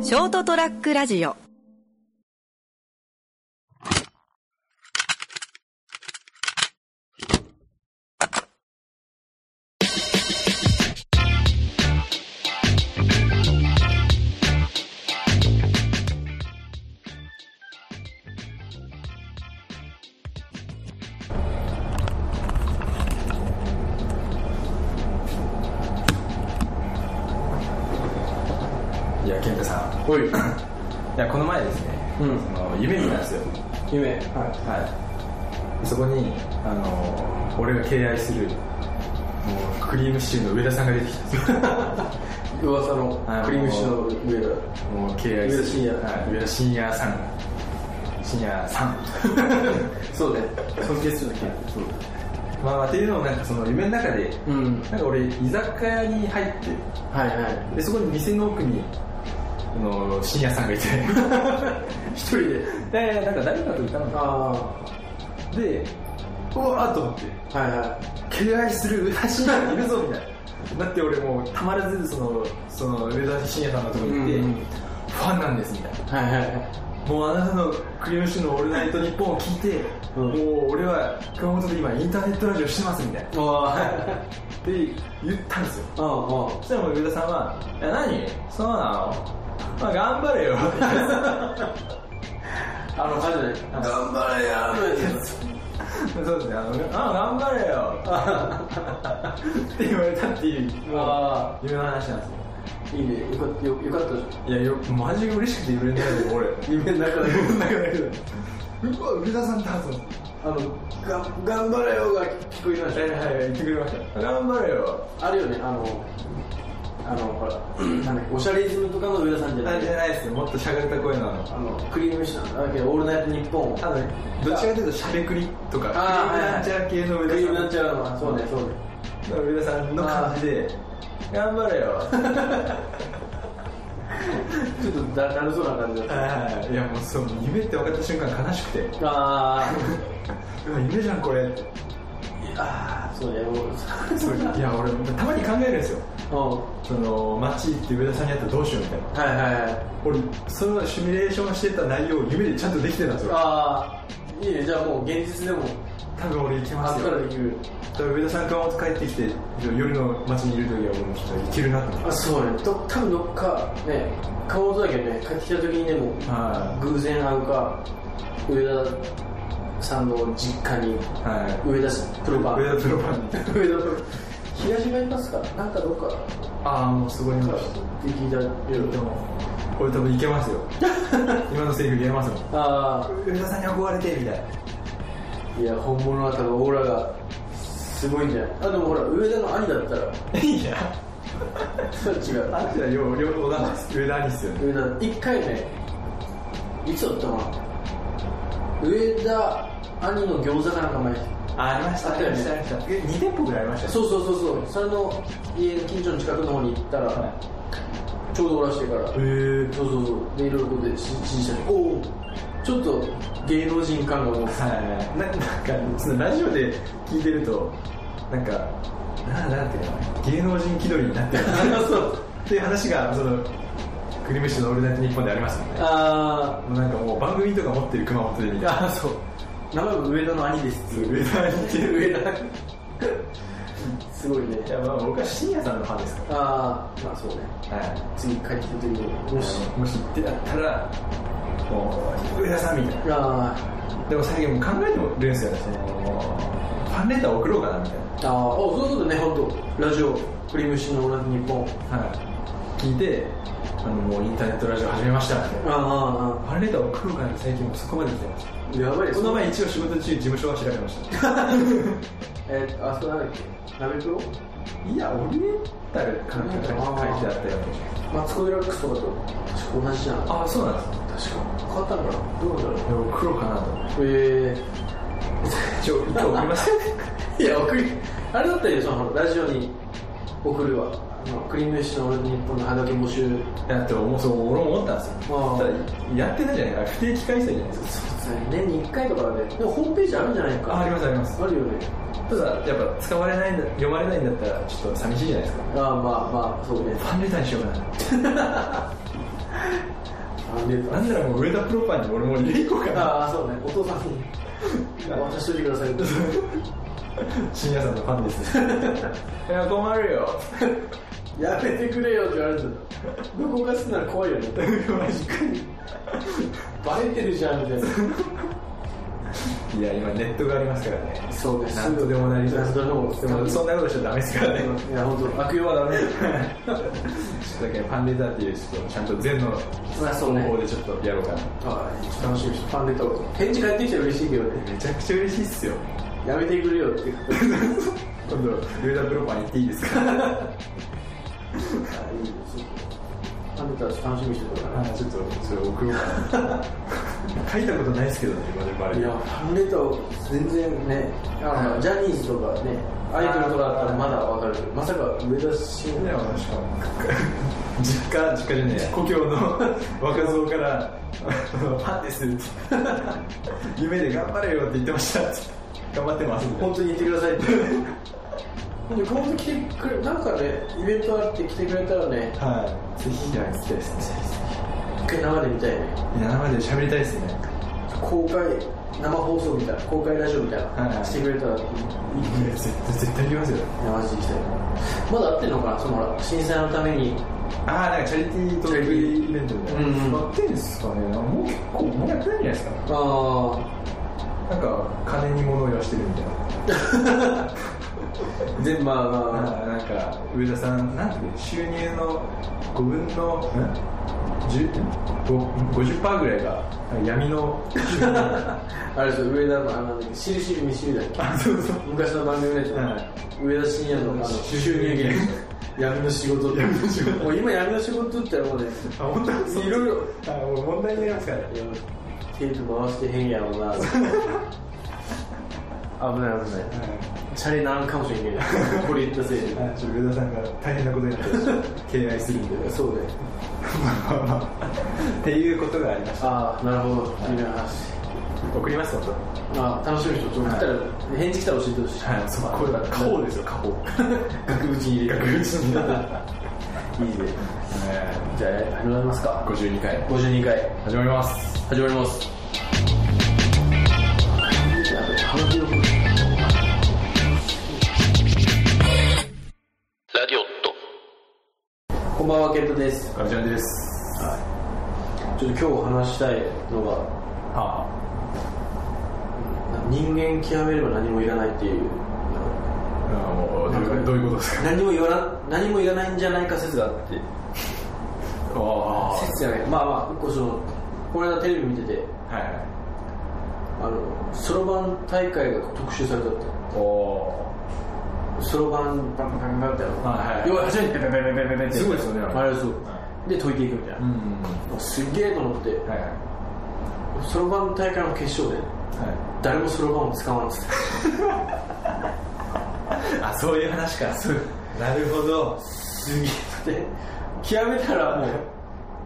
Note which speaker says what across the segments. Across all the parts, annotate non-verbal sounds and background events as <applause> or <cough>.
Speaker 1: ショートトラックラジオ
Speaker 2: いや健太さん
Speaker 3: おい
Speaker 2: いやこの前ですね、
Speaker 3: うん
Speaker 2: その夢見たんですよ、
Speaker 3: 夢は
Speaker 2: はいそこにあの俺が敬愛するもうクリームシチューの上田さんが出てきたんですよ
Speaker 3: <laughs> い噂のクリームシチューの上だ
Speaker 2: もう敬愛する
Speaker 3: 上田晋也
Speaker 2: はい、上田晋也さん晋也さん
Speaker 3: <laughs> そうね尊敬するだ
Speaker 2: そうまあまあっていうのをなんかその夢の中で、
Speaker 3: けうん
Speaker 2: なんか俺居酒屋に入って
Speaker 3: はいはい
Speaker 2: でそこに店の奥にあの深夜さ
Speaker 3: <laughs>
Speaker 2: んがいて
Speaker 3: 一人で
Speaker 2: でなんか誰かといたのか
Speaker 3: あ
Speaker 2: でうわーっと思って
Speaker 3: あはいはい
Speaker 2: 敬愛する上田晋也がいるぞみたいなだって俺もうたまらずそのその上田晋也さんのとこ行って、
Speaker 3: うんうん
Speaker 2: ファンなんですみたいな
Speaker 3: はいはいはい
Speaker 2: もうあなたのクリームシチューの「オールナイトニッポン」を聞いて、
Speaker 3: うん
Speaker 2: もう俺は熊本で今インターネットラジオしてますみたいなで
Speaker 3: おー <laughs>
Speaker 2: 言ったんですよ
Speaker 3: うんう
Speaker 2: そ
Speaker 3: ん
Speaker 2: したらもう上田さんは「いや何そうなのまあ頑張れ
Speaker 3: <laughs>
Speaker 2: よ」
Speaker 3: あのあれね
Speaker 2: なんか
Speaker 3: 頑張れや
Speaker 2: そうですねあの「あ頑張れよ」って言われたっていう
Speaker 3: あ
Speaker 2: 夢の話なんですよ
Speaker 3: いいねよかったよよかった
Speaker 2: いやよマジで嬉しくて揺れないよ俺
Speaker 3: 夢の中で
Speaker 2: 夢の中でうわ上田さんだと思って
Speaker 3: あのが頑張れよが聞こえま
Speaker 2: はい
Speaker 3: し
Speaker 2: はいはい言ってくれました頑張れよ
Speaker 3: たあるよねあのあのほら <clears throat> なんだっけおしゃれイズムとかの上田さんじゃな
Speaker 2: あ
Speaker 3: い
Speaker 2: じゃないですよもっとしゃがれた声なの
Speaker 3: あのクリームシチューなんだっけオールナイトニッポン
Speaker 2: 多分どっちかというとしゃべくりとか
Speaker 3: あー
Speaker 2: クリームなんちゃら系の
Speaker 3: クリームなん
Speaker 2: 上
Speaker 3: ちゃらのそうねそうね
Speaker 2: 田さん上田さんの感じで頑張れよ
Speaker 3: ちょっとだだるそうな感じだった
Speaker 2: はいいやもうそう夢って分かった瞬間悲しくて
Speaker 3: あ
Speaker 2: うわ夢じゃんこれって
Speaker 3: ーあーそうねもう
Speaker 2: そういや俺たまに考えるんですよ
Speaker 3: うん
Speaker 2: その街行って上田さんに会ったらどうしようみたいな
Speaker 3: はいはいはい
Speaker 2: 俺そのシミュレーションしてた内容を夢でちゃんとできてたんですよ
Speaker 3: ああいいねじゃあもう現実でも
Speaker 2: 多分俺行け
Speaker 3: あ
Speaker 2: ま
Speaker 3: っ
Speaker 2: す
Speaker 3: たら
Speaker 2: よ
Speaker 3: できる
Speaker 2: 多分上田さん熊本帰ってきて夜の街にいる時は俺もちょっと行けるなと思って
Speaker 3: あそうねと多分どっかね熊本だけどね帰ってきた時にでも
Speaker 2: は
Speaker 3: 偶然会うか上田さんの実家に
Speaker 2: いは
Speaker 3: 上田さんプロバ
Speaker 2: い
Speaker 3: ー
Speaker 2: 上田プロパンに
Speaker 3: 上田プロ東バイパスかなんかどっかか
Speaker 2: ああもうすごいな
Speaker 3: らって聞いたよ
Speaker 2: でも俺多分行けます <laughs> よ今のセリフ言えますもん
Speaker 3: あ
Speaker 2: 上田さんに憧れてみたいな
Speaker 3: あいや本物は多分オーラがすごいんじゃないあでもほら上田の兄だったら
Speaker 2: いや
Speaker 3: それは <laughs> 違う
Speaker 2: あんたは両両方だ上田兄っすよね
Speaker 3: 上田1回ねいつだったかな上田兄の餃子かなんか前に
Speaker 2: ありま
Speaker 3: したね
Speaker 2: ありましたえ2店舗ぐらいありましたよ
Speaker 3: そうそうそうそうそれの家の近所の近くの方に行ったら、ちょうどおらしてから
Speaker 2: へえ
Speaker 3: そうそうそうでいろいろこうで指示したりおおちょっと芸能人感がもう
Speaker 2: はい、ななんかそのラジオで聞いてるとなんかななんていうの芸能人気取りになってる
Speaker 3: そう
Speaker 2: っていう話がそのクリームシチューの「オールナイトニッポン」でありますもんね
Speaker 3: あ
Speaker 2: なんかもう番組とか持ってる熊本で見
Speaker 3: ー
Speaker 2: た
Speaker 3: あーそう名前も上田の兄です
Speaker 2: 上田に似てる
Speaker 3: 上田すごいね
Speaker 2: いやまあ僕は深夜さんのファンですか
Speaker 3: ああまあそうね
Speaker 2: らはい
Speaker 3: 次帰ってきた時にもし
Speaker 2: もし行ってだったらもう上田さんみたいな
Speaker 3: あー
Speaker 2: でも最近もう考えてもるんですよねそのファンレター送ろうかなみたい
Speaker 3: ああおそういうことね本当ラジオクリームシチューのオールナイトニッポン
Speaker 2: なはい聞いてあのもうインターネットラジオ始めましたみたいな
Speaker 3: あああ
Speaker 2: ファンレターを送るから最近もうそこまで来てます
Speaker 3: あやばいです
Speaker 2: この前一応仕事中事務所は調べました
Speaker 3: えー、あそこなんだっけナベプロ
Speaker 2: いやオリエンタルかなんか書いてあったよ
Speaker 3: マツコ・デラックスとかと確か同じじゃん確か
Speaker 2: ああそうなんですね
Speaker 3: 変わったのかなどうなんだろう
Speaker 2: でも送ろうかなと思って
Speaker 3: え
Speaker 2: 一応一回送ります
Speaker 3: え <laughs> いや送りあれだったよそのラジオに送るわあのクリームシチューのオールナイトニッポンの肌研募集
Speaker 2: だってもうそう俺も思ったんですよ
Speaker 3: あー
Speaker 2: ただやってないじゃないか不定期開催じゃないですか
Speaker 3: 年に1回とかだねでもホームページあるんじゃないか
Speaker 2: あありますあります
Speaker 3: あるよね
Speaker 2: ただやっぱ使われないんだ読まれないんだったらちょっと寂しいじゃないですか
Speaker 3: ああまあまあそうね
Speaker 2: ファンレターにしようかな
Speaker 3: あ出
Speaker 2: なんならもう上田プロパンに俺も入れていこうか
Speaker 3: た
Speaker 2: な
Speaker 3: ああそうねお父さんに <laughs> 渡しといてください
Speaker 2: 深夜さんのファンです <laughs> いや困るよ
Speaker 3: やめてくれよって言われてたどこが好きなら怖いよね
Speaker 2: マジ
Speaker 3: バレてるじゃんみたいな
Speaker 2: かいや今ネットがありますからね
Speaker 3: そうです
Speaker 2: なんとでもなり
Speaker 3: なんとでも
Speaker 2: でもそんなことしちゃダメですからね
Speaker 3: いや本当悪用はダ
Speaker 2: <laughs>
Speaker 3: メ
Speaker 2: ちょっとだけファンレターっていうちょっとちゃんと全の
Speaker 3: まあそうね
Speaker 2: 方法でちょっとやろうかな
Speaker 3: はい楽しみにしてファンレターを返事返ってきたら嬉しいけどね
Speaker 2: めちゃくちゃ嬉しいっすよ
Speaker 3: やめてくれ <laughs> よって言って
Speaker 2: 今度上田プロパン行っていいですか <laughs>
Speaker 3: あいいですファンレター楽しみにしてたか
Speaker 2: あちょっとそれ送ろうか <laughs> な書いたことないですけどね今でもあ
Speaker 3: ら
Speaker 2: れ
Speaker 3: いやファンレターを全然ねあ
Speaker 2: う
Speaker 3: の
Speaker 2: ん
Speaker 3: ジャニーズとかねアイドルとかだったらまだわかるけどまさか上田晋
Speaker 2: い
Speaker 3: 也
Speaker 2: やしかも <laughs> 実家実家じゃねえ故郷の若造から <laughs> あの「ファンです」って「夢で頑張れよ」って言ってましたって頑張ってます
Speaker 3: 本当に言ってくださいってで今度来てくれなんかねイベントあって来てくれたらね
Speaker 2: はいぜひいや行きたいですね
Speaker 3: 一回生で見たいね
Speaker 2: いや生で喋りたいですね
Speaker 3: 公開生放送みたいな公開ラジオみたい
Speaker 2: はいは
Speaker 3: ないしてくれたらいいね
Speaker 2: いや絶対絶対行きますよ
Speaker 3: いやマジで行きたいまだ会ってんのかなそのほら震災のために
Speaker 2: ああなんかチャリティートークイベントみたいな
Speaker 3: うんうん
Speaker 2: やってんですかねもう結構もうやってないんじゃないですか
Speaker 3: ああ
Speaker 2: なんか金に物を言わしてるみたいな
Speaker 3: 全部まあ
Speaker 2: あ
Speaker 3: ま
Speaker 2: ーなんか上田さんなんていう収入の5分のん10 5 50%ぐらいが闇の収入
Speaker 3: ああれですよ上田のあのしるしる見しるだっ
Speaker 2: あそうそう
Speaker 3: け昔の番組のやつ、
Speaker 2: は
Speaker 3: 上田晋也のあの
Speaker 2: 収
Speaker 3: 収入
Speaker 2: 入
Speaker 3: 源
Speaker 2: 源
Speaker 3: 闇の仕事って
Speaker 2: 闇の仕事
Speaker 3: もう今闇の仕事って言ったらもうね
Speaker 2: あ本当に
Speaker 3: いろいろ
Speaker 2: あもう問題になりますからね
Speaker 3: いやテープ回してへんやろうな危ない危ないチャレならんかもしれんけどこれ言ったせいで
Speaker 2: あちょっと上田さんが大変なことになって敬愛するんで
Speaker 3: そうね
Speaker 2: まあまあまあっていうことがありまし
Speaker 3: ああなるほどいいな
Speaker 2: た送ります本
Speaker 3: ああ楽しみにして送ったら、返事来たら教えてほしい、
Speaker 2: 当はいそうこれは家宝ですよ家宝
Speaker 3: <laughs> 額縁に入れて
Speaker 2: 額縁に入
Speaker 3: いいねじゃあ始まりますか
Speaker 2: 52回
Speaker 3: 52回
Speaker 2: 始まります
Speaker 3: 始まります鼻血を
Speaker 1: Radiotto.
Speaker 3: こんばんはケントです
Speaker 2: ガルジャンです
Speaker 3: はいちょっと今日話したいのが
Speaker 2: は
Speaker 3: 人間極めれば何もいらないっていう
Speaker 2: あもうどういうどういうことですか
Speaker 3: 何も言わな何もいらないんじゃないか説があって
Speaker 2: あ
Speaker 3: 説じゃないまあまあ一個そのこの間テレビ見てて
Speaker 2: あはいはい
Speaker 3: あのそろばん大会が特集されたって
Speaker 2: おお
Speaker 3: そろばんバンバンバンってやる
Speaker 2: はいはい
Speaker 3: 要は初めてペペペペペペペって
Speaker 2: すごいですよねあれ
Speaker 3: あれそう
Speaker 2: は
Speaker 3: で解いていくみたい
Speaker 2: うん
Speaker 3: な、すっげえと思って
Speaker 2: はいはい
Speaker 3: そろばん大会の決勝で
Speaker 2: は
Speaker 3: 誰もそろばんを使わんっつって
Speaker 2: いあそういう話かなるほど
Speaker 3: すげえって極めたらもう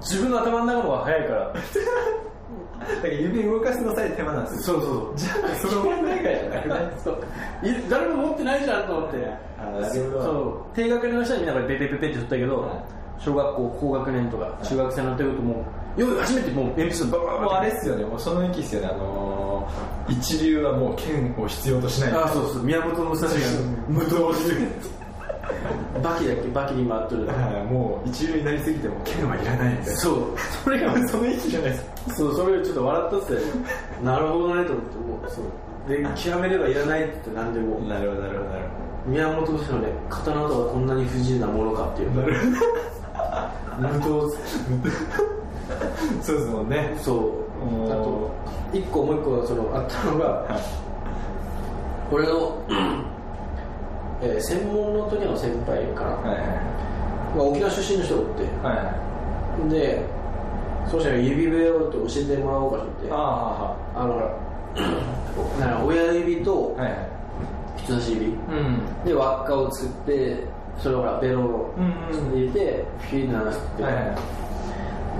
Speaker 3: 自分の頭の中の方が早いから
Speaker 2: だから指動かすのさえ手間なんですよ
Speaker 3: そうそう
Speaker 2: じゃあ <laughs> その問題外じゃなくない
Speaker 3: そうい誰も持ってないじゃんと思って
Speaker 2: あなるほど
Speaker 3: そう低学年の人はみんなこれペペペペって取ったけど、
Speaker 2: はい
Speaker 3: 小学校高学年とか中学生になってくるともうよい初めてもう鉛筆バババ
Speaker 2: もう
Speaker 3: バ
Speaker 2: あ
Speaker 3: っ
Speaker 2: れ
Speaker 3: て
Speaker 2: っすよねもうその域っすよねあのー一流はもう剣を必要としない
Speaker 3: あそうそう宮本武蔵が
Speaker 2: 無道流
Speaker 3: バキだっけバキに回っとる
Speaker 2: はいもう一流になりすぎても剣はいらないみたいな
Speaker 3: そうそれが
Speaker 2: その域じゃないですか
Speaker 3: そうそれをちょっと笑ったっすよなるほどねと思ってもうそうで極めればいらないって何でも
Speaker 2: なるほどなるほどなる
Speaker 3: 宮本武蔵のね刀とはこんなに不自由なものかっていう
Speaker 2: ほどなるほど
Speaker 3: 無刀
Speaker 2: そうですもんね。
Speaker 3: そう
Speaker 2: おー
Speaker 3: あと一個もう一個そのあったのが俺の、えー専門の時の先輩かな、
Speaker 2: はいは
Speaker 3: まあ、沖縄出身の人がおって
Speaker 2: い。はいはい。
Speaker 3: でそうしたら指笛をって教えてもらおうかと思って
Speaker 2: あ
Speaker 3: あ
Speaker 2: あ
Speaker 3: のほらなんか親指と
Speaker 2: ーはーはー。はいは
Speaker 3: 人差し指
Speaker 2: い。うん。
Speaker 3: で輪っかを作ってそれをほらベロを
Speaker 2: うんうん
Speaker 3: 入れてフィー鳴らすって、
Speaker 2: はいは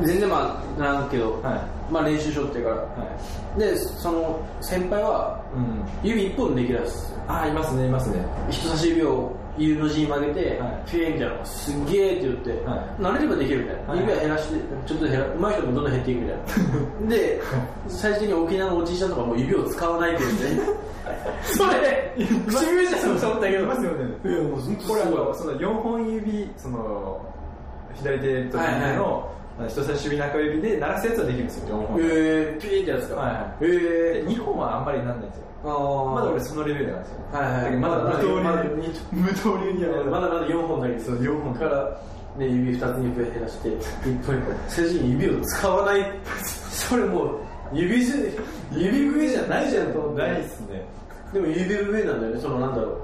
Speaker 2: い。
Speaker 3: 全然まあならんけど、
Speaker 2: は
Speaker 3: まあ練習しようって言うから
Speaker 2: はい。
Speaker 3: でその先輩は
Speaker 2: うん。
Speaker 3: 指一本できるんですよ
Speaker 2: ああ、いますね、いますね。
Speaker 3: 人差し指を U の字に曲げて、
Speaker 2: はい
Speaker 3: ピューみたいなのすっげーって言って、
Speaker 2: はい
Speaker 3: 慣れればできるみたいな、
Speaker 2: はい
Speaker 3: 指は減らしてちょっと減らうまい人もどんどん減っていくみた
Speaker 2: <laughs>
Speaker 3: いなで最終的に沖縄のおじいちゃんとかもう指を使わないって言って <laughs> それ唇じゃんと思ったけ
Speaker 2: い
Speaker 3: ど
Speaker 2: ますよね
Speaker 3: いやもう本当
Speaker 2: これ
Speaker 3: すご
Speaker 2: はいその4本指その左手と右手の、
Speaker 3: はいはい
Speaker 2: あの人差し指中指で鳴らすやつはできるんですよ4本、
Speaker 3: えー、ピーってやつか、
Speaker 2: はいはい
Speaker 3: え
Speaker 2: で2本はあんまりなんないんですよ
Speaker 3: ー、あー
Speaker 2: まだ俺そのレベルなんですよ、
Speaker 3: はいはい
Speaker 2: だけどまだ
Speaker 3: まだまだ
Speaker 2: 無刀流無刀流
Speaker 3: い
Speaker 2: に
Speaker 3: や
Speaker 2: は
Speaker 3: まだまだ4本だけど
Speaker 2: そう4本
Speaker 3: から、ね、指2つに増え減らして1本1本最初に指を使わないそれもう指じゃ指笛じゃないじゃんと思って
Speaker 2: ないっすね
Speaker 3: でも指笛なんだよねそのなんだろう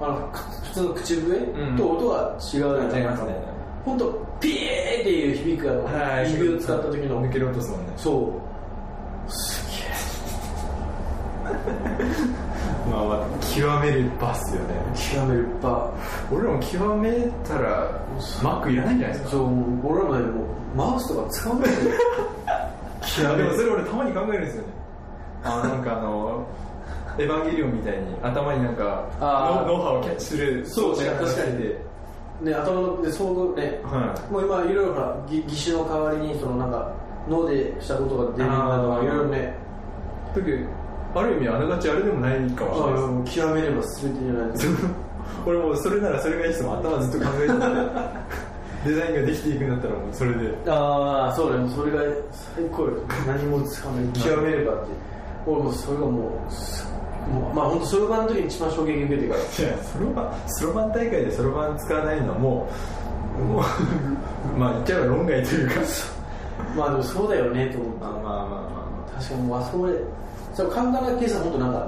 Speaker 3: あのく普通の口
Speaker 2: う
Speaker 3: 笛
Speaker 2: ん
Speaker 3: と音は違うよ
Speaker 2: 違いますね
Speaker 3: 本当ピエーっていう響くあの指を使った時の
Speaker 2: 抜ける音ですもんね
Speaker 3: そうすげえ
Speaker 2: まあまあ極めるバスよね
Speaker 3: 極めるバ
Speaker 2: 俺らも極めたらマックいらないんじゃないで
Speaker 3: ー
Speaker 2: す
Speaker 3: そ
Speaker 2: か
Speaker 3: うもう俺らもねもうマウスとか使わないで
Speaker 2: いやでもそれ俺たまに考えるんですよねあなんかあの <laughs> エヴァンゲリオンみたいに頭になんか
Speaker 3: あー
Speaker 2: ノノウハウをキャッチする
Speaker 3: そう
Speaker 2: 装置が
Speaker 3: 確かに
Speaker 2: で、
Speaker 3: ね、頭ので総合ね、
Speaker 2: は
Speaker 3: もう今いろいろほらぎ義手の代わりにそのなんか脳でしたことが出るなど
Speaker 2: あー
Speaker 3: いろいろね
Speaker 2: い、だけどある意味あながちあれでもないかもしれないです
Speaker 3: もう極めれば全てじゃないですか
Speaker 2: 俺もうそれならそれがいいっすもん頭ずっと考え
Speaker 3: <laughs>
Speaker 2: ててデザインができていくんだったらもうそれで
Speaker 3: ああそうだよそれが最高よ何もつかめる極めればって俺もうそれがもうすもうまあ本当それがの時に一番衝撃受けてから
Speaker 2: いやそろばんそろばん大会でそろばん使わないのはもうもうまあ言っちゃえば論外というか
Speaker 3: まあでもそうだよねと思って
Speaker 2: まあまあま
Speaker 3: 確かにもうあそこまでそう簡単な計算本当なんかも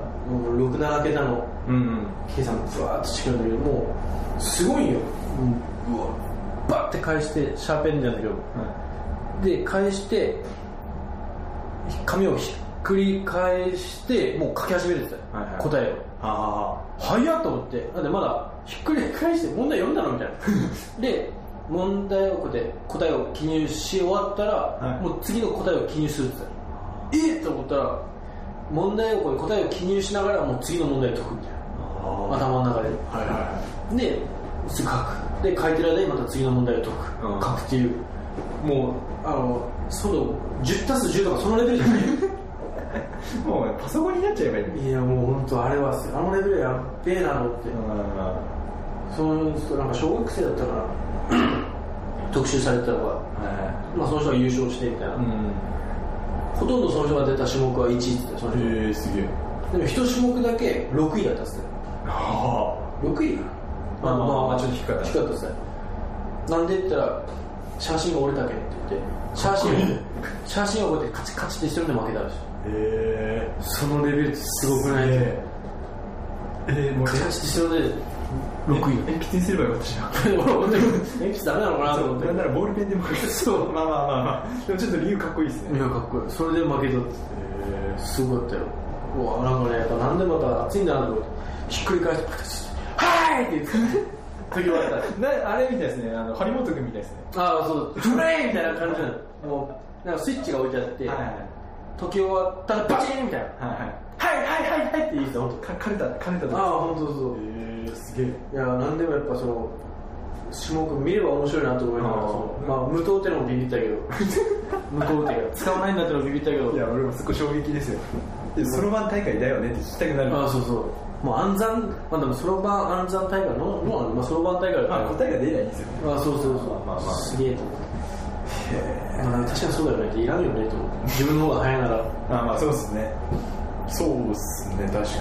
Speaker 3: う67桁の
Speaker 2: あうんうん
Speaker 3: 計算ぶわーっとしてくるんだけどもうすごいよ、うん、うわバッて返してシャーペンじゃんだけどで返して紙をひっくり返してもう書き始めてたよ、
Speaker 2: はいはい
Speaker 3: 答えを
Speaker 2: あ
Speaker 3: 早っと思ってなんでまだひっくり返して問題読んだのみたいな <laughs> で問題をこうやって答えを記入し終わったら、
Speaker 2: い
Speaker 3: もう次の答えを記入するって言ったよえっと思ったら問題をこう答えを記入しながらもう次の問題を解くみたいな
Speaker 2: あ
Speaker 3: 頭の中で
Speaker 2: はいは
Speaker 3: ですぐ書くで書いてる間にまた次の問題を解く、
Speaker 2: うん
Speaker 3: 書くっていう
Speaker 2: いも
Speaker 3: あのその10たす10とかそのレベルじゃな
Speaker 2: うもうパソコンになっちゃえばいいのに
Speaker 3: <laughs> いいやもう本当あれはあのレベルやっべえなのって、その人なんか小学生だったから <clears throat> 特集されてたのが、
Speaker 2: は
Speaker 3: まあ、その人が優勝してみたいな、
Speaker 2: ん
Speaker 3: ほとんどその人が出た種目は1位って言ってたその人
Speaker 2: えー、すげえ
Speaker 3: でも1種目だけ6位だったっすね
Speaker 2: あ
Speaker 3: 6位
Speaker 2: まあまあまあちょっと低かった
Speaker 3: 低かったっすねなんでって言ったら写真が折れたけんって言って写真を写真をこうやってカチカチってしてるんで負けたらしい
Speaker 2: あえ
Speaker 3: そのレベルってすごくない
Speaker 2: えー、もう
Speaker 3: カチカチってしてるんで6位
Speaker 2: 鉛筆にすればよかったじゃん
Speaker 3: 俺本当に鉛筆ダメなのかなと思って
Speaker 2: なんならボールペンでもそうまあまあまあまあでもちょっと理由かっこいいです
Speaker 3: い
Speaker 2: ね
Speaker 3: やかっこいいそれで負けたって
Speaker 2: え
Speaker 3: すごかったようわなんかねやっぱなんでまた熱いんだなと思ってひっくり返してパカチッはい!」って言って時終わった
Speaker 2: ー、なあれみたいですねあの張本君みたいですね
Speaker 3: ああそうだトレイみたいな感じなのもうなんかスイッチが置いてあって、
Speaker 2: はい
Speaker 3: 時終わったらバチンみたいな
Speaker 2: はいはい
Speaker 3: 「はいはいはいはい」って言ってた本
Speaker 2: か彼だ彼だ
Speaker 3: 当
Speaker 2: と
Speaker 3: ああ本当そう
Speaker 2: えー、すげえ
Speaker 3: いやなんでもやっぱその種目見れば面白いなと思いながら
Speaker 2: あー
Speaker 3: そのまあ無糖ってのもビビったけ <laughs> ど無糖っていうか使わないんだってのもビビったけど
Speaker 2: いや俺もそこ衝撃ですよそろばん大会だよねって聞きたくなる
Speaker 3: ああそうそうもう暗算まあでもそろばん暗算大会ののまあそろばん大会だ
Speaker 2: まあ
Speaker 3: から
Speaker 2: 答えが出ないんですよ
Speaker 3: あそうそうそう
Speaker 2: まあまあまあ
Speaker 3: すげえと思ってまあ確かにそうだよねっていらんよねと思って自分の方が早いなら
Speaker 2: あまあそうっすねそうっすね確か
Speaker 3: 結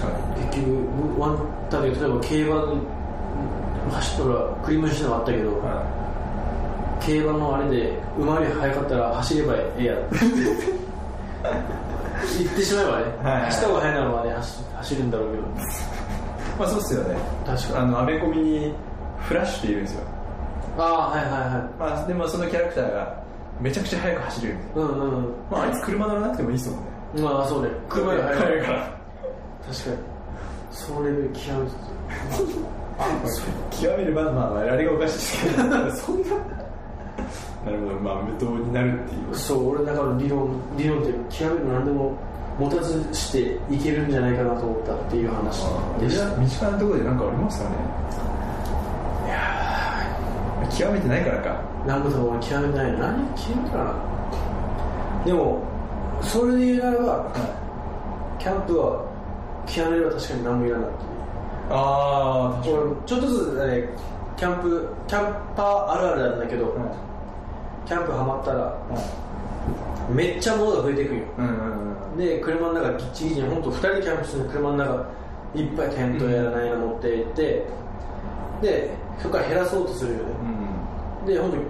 Speaker 3: 局ワンだけど例えば競馬の走ったらクリームシのあったけど、
Speaker 2: は
Speaker 3: 競馬のあれで馬より速かったら走ればえ
Speaker 2: <laughs>
Speaker 3: えやって言ってしまえばね、
Speaker 2: はいはい
Speaker 3: 走った方が速いならばね走走るんだろうけど
Speaker 2: いまあそうっすよね
Speaker 3: 確
Speaker 2: あ
Speaker 3: かに
Speaker 2: のアメコミにフラッシュっているんですよ
Speaker 3: ああはいはいはい
Speaker 2: まあでもそのキャラクターがめちゃくちゃ速く走るみたいな
Speaker 3: うんうんうん
Speaker 2: まああいつ車乗らなくてもいいっすもんね
Speaker 3: まあそうね車より速
Speaker 2: い
Speaker 3: い
Speaker 2: から
Speaker 3: 確かにそのレベル極めて
Speaker 2: 極めればまああれがおかしいですけどそんななるほどまあ無糖になるっていう
Speaker 3: そう俺だから理論理論っていうか極める何でも持たずしていけるんじゃないかなと思ったっていう話で
Speaker 2: 身
Speaker 3: した
Speaker 2: 近身近なところで何かありますかね極めてないからか
Speaker 3: ランドとか俺極めてない何極めてかなでもそれで言うならばキャンプは極めれば確かに何もいらない
Speaker 2: ああ
Speaker 3: 俺ちょっとずつあれキャンプキャンパーあるあるなんだけど、キャンプハマったらめっちゃ物が増えていくんよ
Speaker 2: うんうん
Speaker 3: で車の中ギッチギチに本当2人でキャンプする車の中いっぱいテントやらないの持っていって、でそこから減らそうとするよね
Speaker 2: うん
Speaker 3: で本当に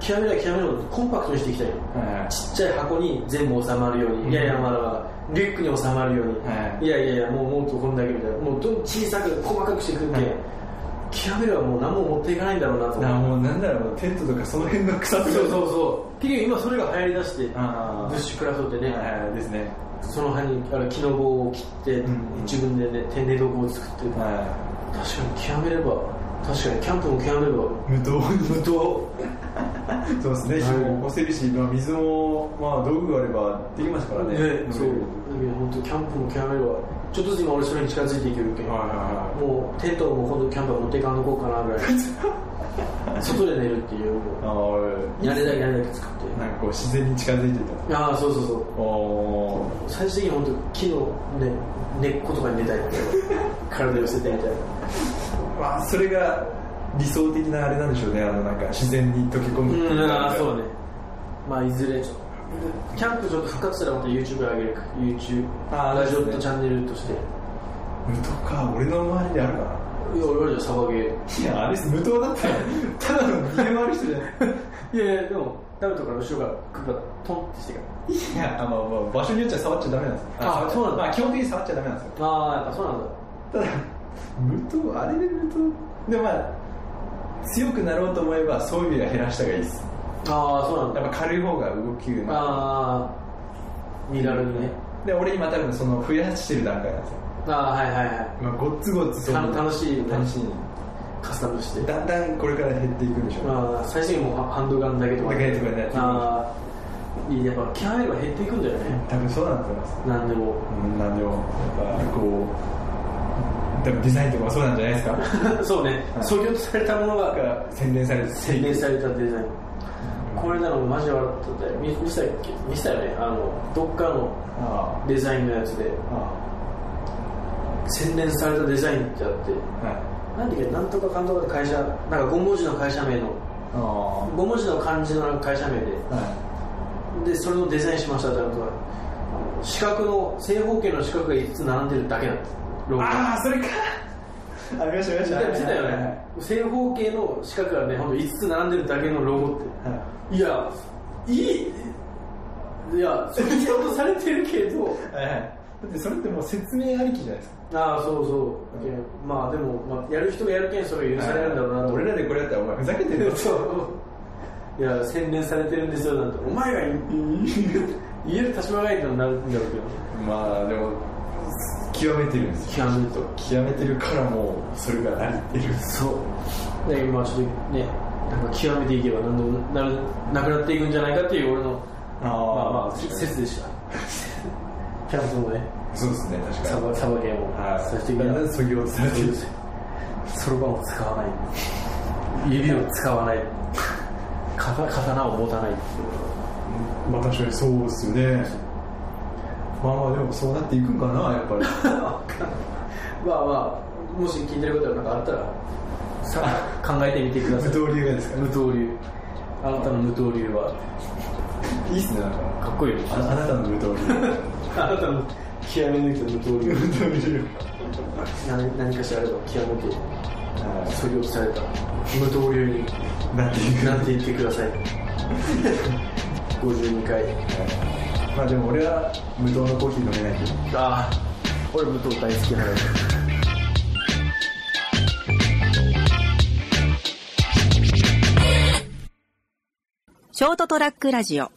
Speaker 3: 極めない極めないコンパクトにしていきたいよ
Speaker 2: はいはい
Speaker 3: ちっちゃい箱に全部収まるように、
Speaker 2: うん
Speaker 3: いやいやまだまだリュックに収まるように、、
Speaker 2: はい
Speaker 3: やいやいやもうもっとこんだけみたいなもうどんどん小さく細かくしていくんで、
Speaker 2: はい
Speaker 3: 極めればもう何も持っていかないんだろうなと
Speaker 2: な
Speaker 3: 思
Speaker 2: も
Speaker 3: う
Speaker 2: うなんだろうテントとかその辺の草
Speaker 3: そう
Speaker 2: とか
Speaker 3: そうそう結局今それが流行りだして
Speaker 2: ああ
Speaker 3: ブッシュクラフトってね、
Speaker 2: はいはいですね
Speaker 3: その葉にあの木の棒を切って、
Speaker 2: うん
Speaker 3: 自分でね天然道具を作って、
Speaker 2: は
Speaker 3: 確かに極めれば確かにキャンプも極めれば
Speaker 2: い無糖
Speaker 3: 無糖
Speaker 2: そうですね、
Speaker 3: はい
Speaker 2: 火も起こせるし、まあ、水も、まあ、道具があればできますからね。
Speaker 3: ね、そう
Speaker 2: は
Speaker 3: だけど本当キャンプも極めればちょっとずつ今俺それに近づいていけるけ
Speaker 2: い
Speaker 3: ん、
Speaker 2: は
Speaker 3: もうテントも今度キャンプは持っていかんとこうかなぐらい外で寝るっていう
Speaker 2: い
Speaker 3: も
Speaker 2: はい。あ
Speaker 3: うやれだけやれだけ作って
Speaker 2: あ、なんかこう、自然に近づいてい
Speaker 3: ああそうそうそう
Speaker 2: た。おー
Speaker 3: 最終的に本当木の、ね、根っことかに寝たい体寄せてみたいな
Speaker 2: まあ、それが理想的なあれなんでしょうね、あの、なんか自然に溶け込む。
Speaker 3: うん、ああそうね。まあいずれちょっとキャンプちょっと復活したらまた YouTube 上げるか YouTube
Speaker 2: あー
Speaker 3: ラジオ
Speaker 2: そうです
Speaker 3: と
Speaker 2: ね
Speaker 3: チャンネルとしていや
Speaker 2: 無糖か、俺の周りにあるかな。
Speaker 3: 俺らじゃサバゲ
Speaker 2: いや、あれです、無糖だったら、ただの理由ある人じゃない。
Speaker 3: ーいやいやでもダムとかの後ろから来るからトンってしてか
Speaker 2: いや、あの、まあ、場所によっちゃ触っちゃダメなんですよ
Speaker 3: あそうなんだ
Speaker 2: まあ、基本的に触っちゃダメなんですよ。
Speaker 3: らああやっぱそうなんだ
Speaker 2: ただ無糖あれで無糖でまあ強くなろうと思えば装備は減らした方がいいです
Speaker 3: ああそうなんだ
Speaker 2: やっぱ軽い方が動きが
Speaker 3: ああ身軽にね
Speaker 2: で俺今多分その増やしてる段階なんですよ
Speaker 3: ああはいはいはい
Speaker 2: 今ごっつごっつ
Speaker 3: た楽しいよね
Speaker 2: 楽し
Speaker 3: カスタムして
Speaker 2: だんだんこれから減っていくんでしょう
Speaker 3: ああ最終的にもうハハンドガンだけとか
Speaker 2: だけとかね
Speaker 3: ああいいやっぱ気配が減っていくんだよね
Speaker 2: 多分そうなんだと思います
Speaker 3: なんでも <laughs>
Speaker 2: うんなんでもやっぱこう多分デザインとかもそうなんじゃないですか
Speaker 3: そうね
Speaker 2: はい
Speaker 3: 削ぎ落とされたものが
Speaker 2: なんか洗練されて
Speaker 3: 洗練されたデザインこれなのマジで笑っとったよ見見せたっけ見せたよねあのどっかの
Speaker 2: あ
Speaker 3: デザインのやつで
Speaker 2: ああ
Speaker 3: 洗練されたデザインってあって
Speaker 2: あはい
Speaker 3: なんだっけなんとかかんとかって会社なんか5文字の会社名の
Speaker 2: ああ
Speaker 3: 5文字の漢字のなんか会社名
Speaker 2: は
Speaker 3: ででそれのデザインしましたってあると四角の正方形の四角が5つ並んでるだけなんですロ
Speaker 2: い
Speaker 3: ゴが
Speaker 2: ああそれかありましたありました
Speaker 3: 見てたよね正方形の四角がねほんと5つ並んでるだけのロゴって
Speaker 2: はい
Speaker 3: いや、いい、いや、それちゃんとされてるけど、
Speaker 2: はいはい、だってそれってもう説明ありきじゃないですか、
Speaker 3: ああ、そうそう、いやまあでも、まあ、やる人がやるけん、それ許されるんだろうなと、
Speaker 2: 俺らでこれやったらお前ふざけてるよ
Speaker 3: そう、いや、洗練されてるんですよなんて、お前が言言える立場がいいとなるんだろうけど、
Speaker 2: まあでも極めてるんですよ
Speaker 3: 極めると。
Speaker 2: 極めてるからもうそれがなりってるんです
Speaker 3: そう、で今、ちょっとね、なんか極めていけば、なんでもなるなくなっていくんじゃないかっていう、俺の、
Speaker 2: あ
Speaker 3: まあまあ、
Speaker 2: 確かに
Speaker 3: 説でした。 <laughs> キャンプもね、
Speaker 2: そうですね確
Speaker 3: サ
Speaker 2: かに
Speaker 3: バサバゲーも、
Speaker 2: はい
Speaker 3: そして今
Speaker 2: だんだん削ぎ落とされてる
Speaker 3: そろばんを使わない指を使わない刀刀を持たないって
Speaker 2: まあ確かにそうですよねまあまあでもそうなっていくんかなやっぱ <laughs> り
Speaker 3: いうまあまあもし聞いてることがなんかあったらさ考えてみてくだ
Speaker 2: <laughs>
Speaker 3: さ
Speaker 2: 無
Speaker 3: い
Speaker 2: 道流がですか
Speaker 3: 無刀流あなたの無刀流は
Speaker 2: らいいっすねなんか
Speaker 3: かっこいいよ
Speaker 2: ああなたの無道流
Speaker 3: あなたの極め抜きの無刀流
Speaker 2: 無道流
Speaker 3: 何何かしらあれば極めて
Speaker 2: は
Speaker 3: 削ぎ落とされた無刀流に
Speaker 2: いなっていく
Speaker 3: なんて言ってくだ <laughs> さい52回
Speaker 2: まあでも俺は無糖のコーヒー飲めないけど
Speaker 3: ああ俺無刀大好きなのよ
Speaker 1: ショートトラックラジオ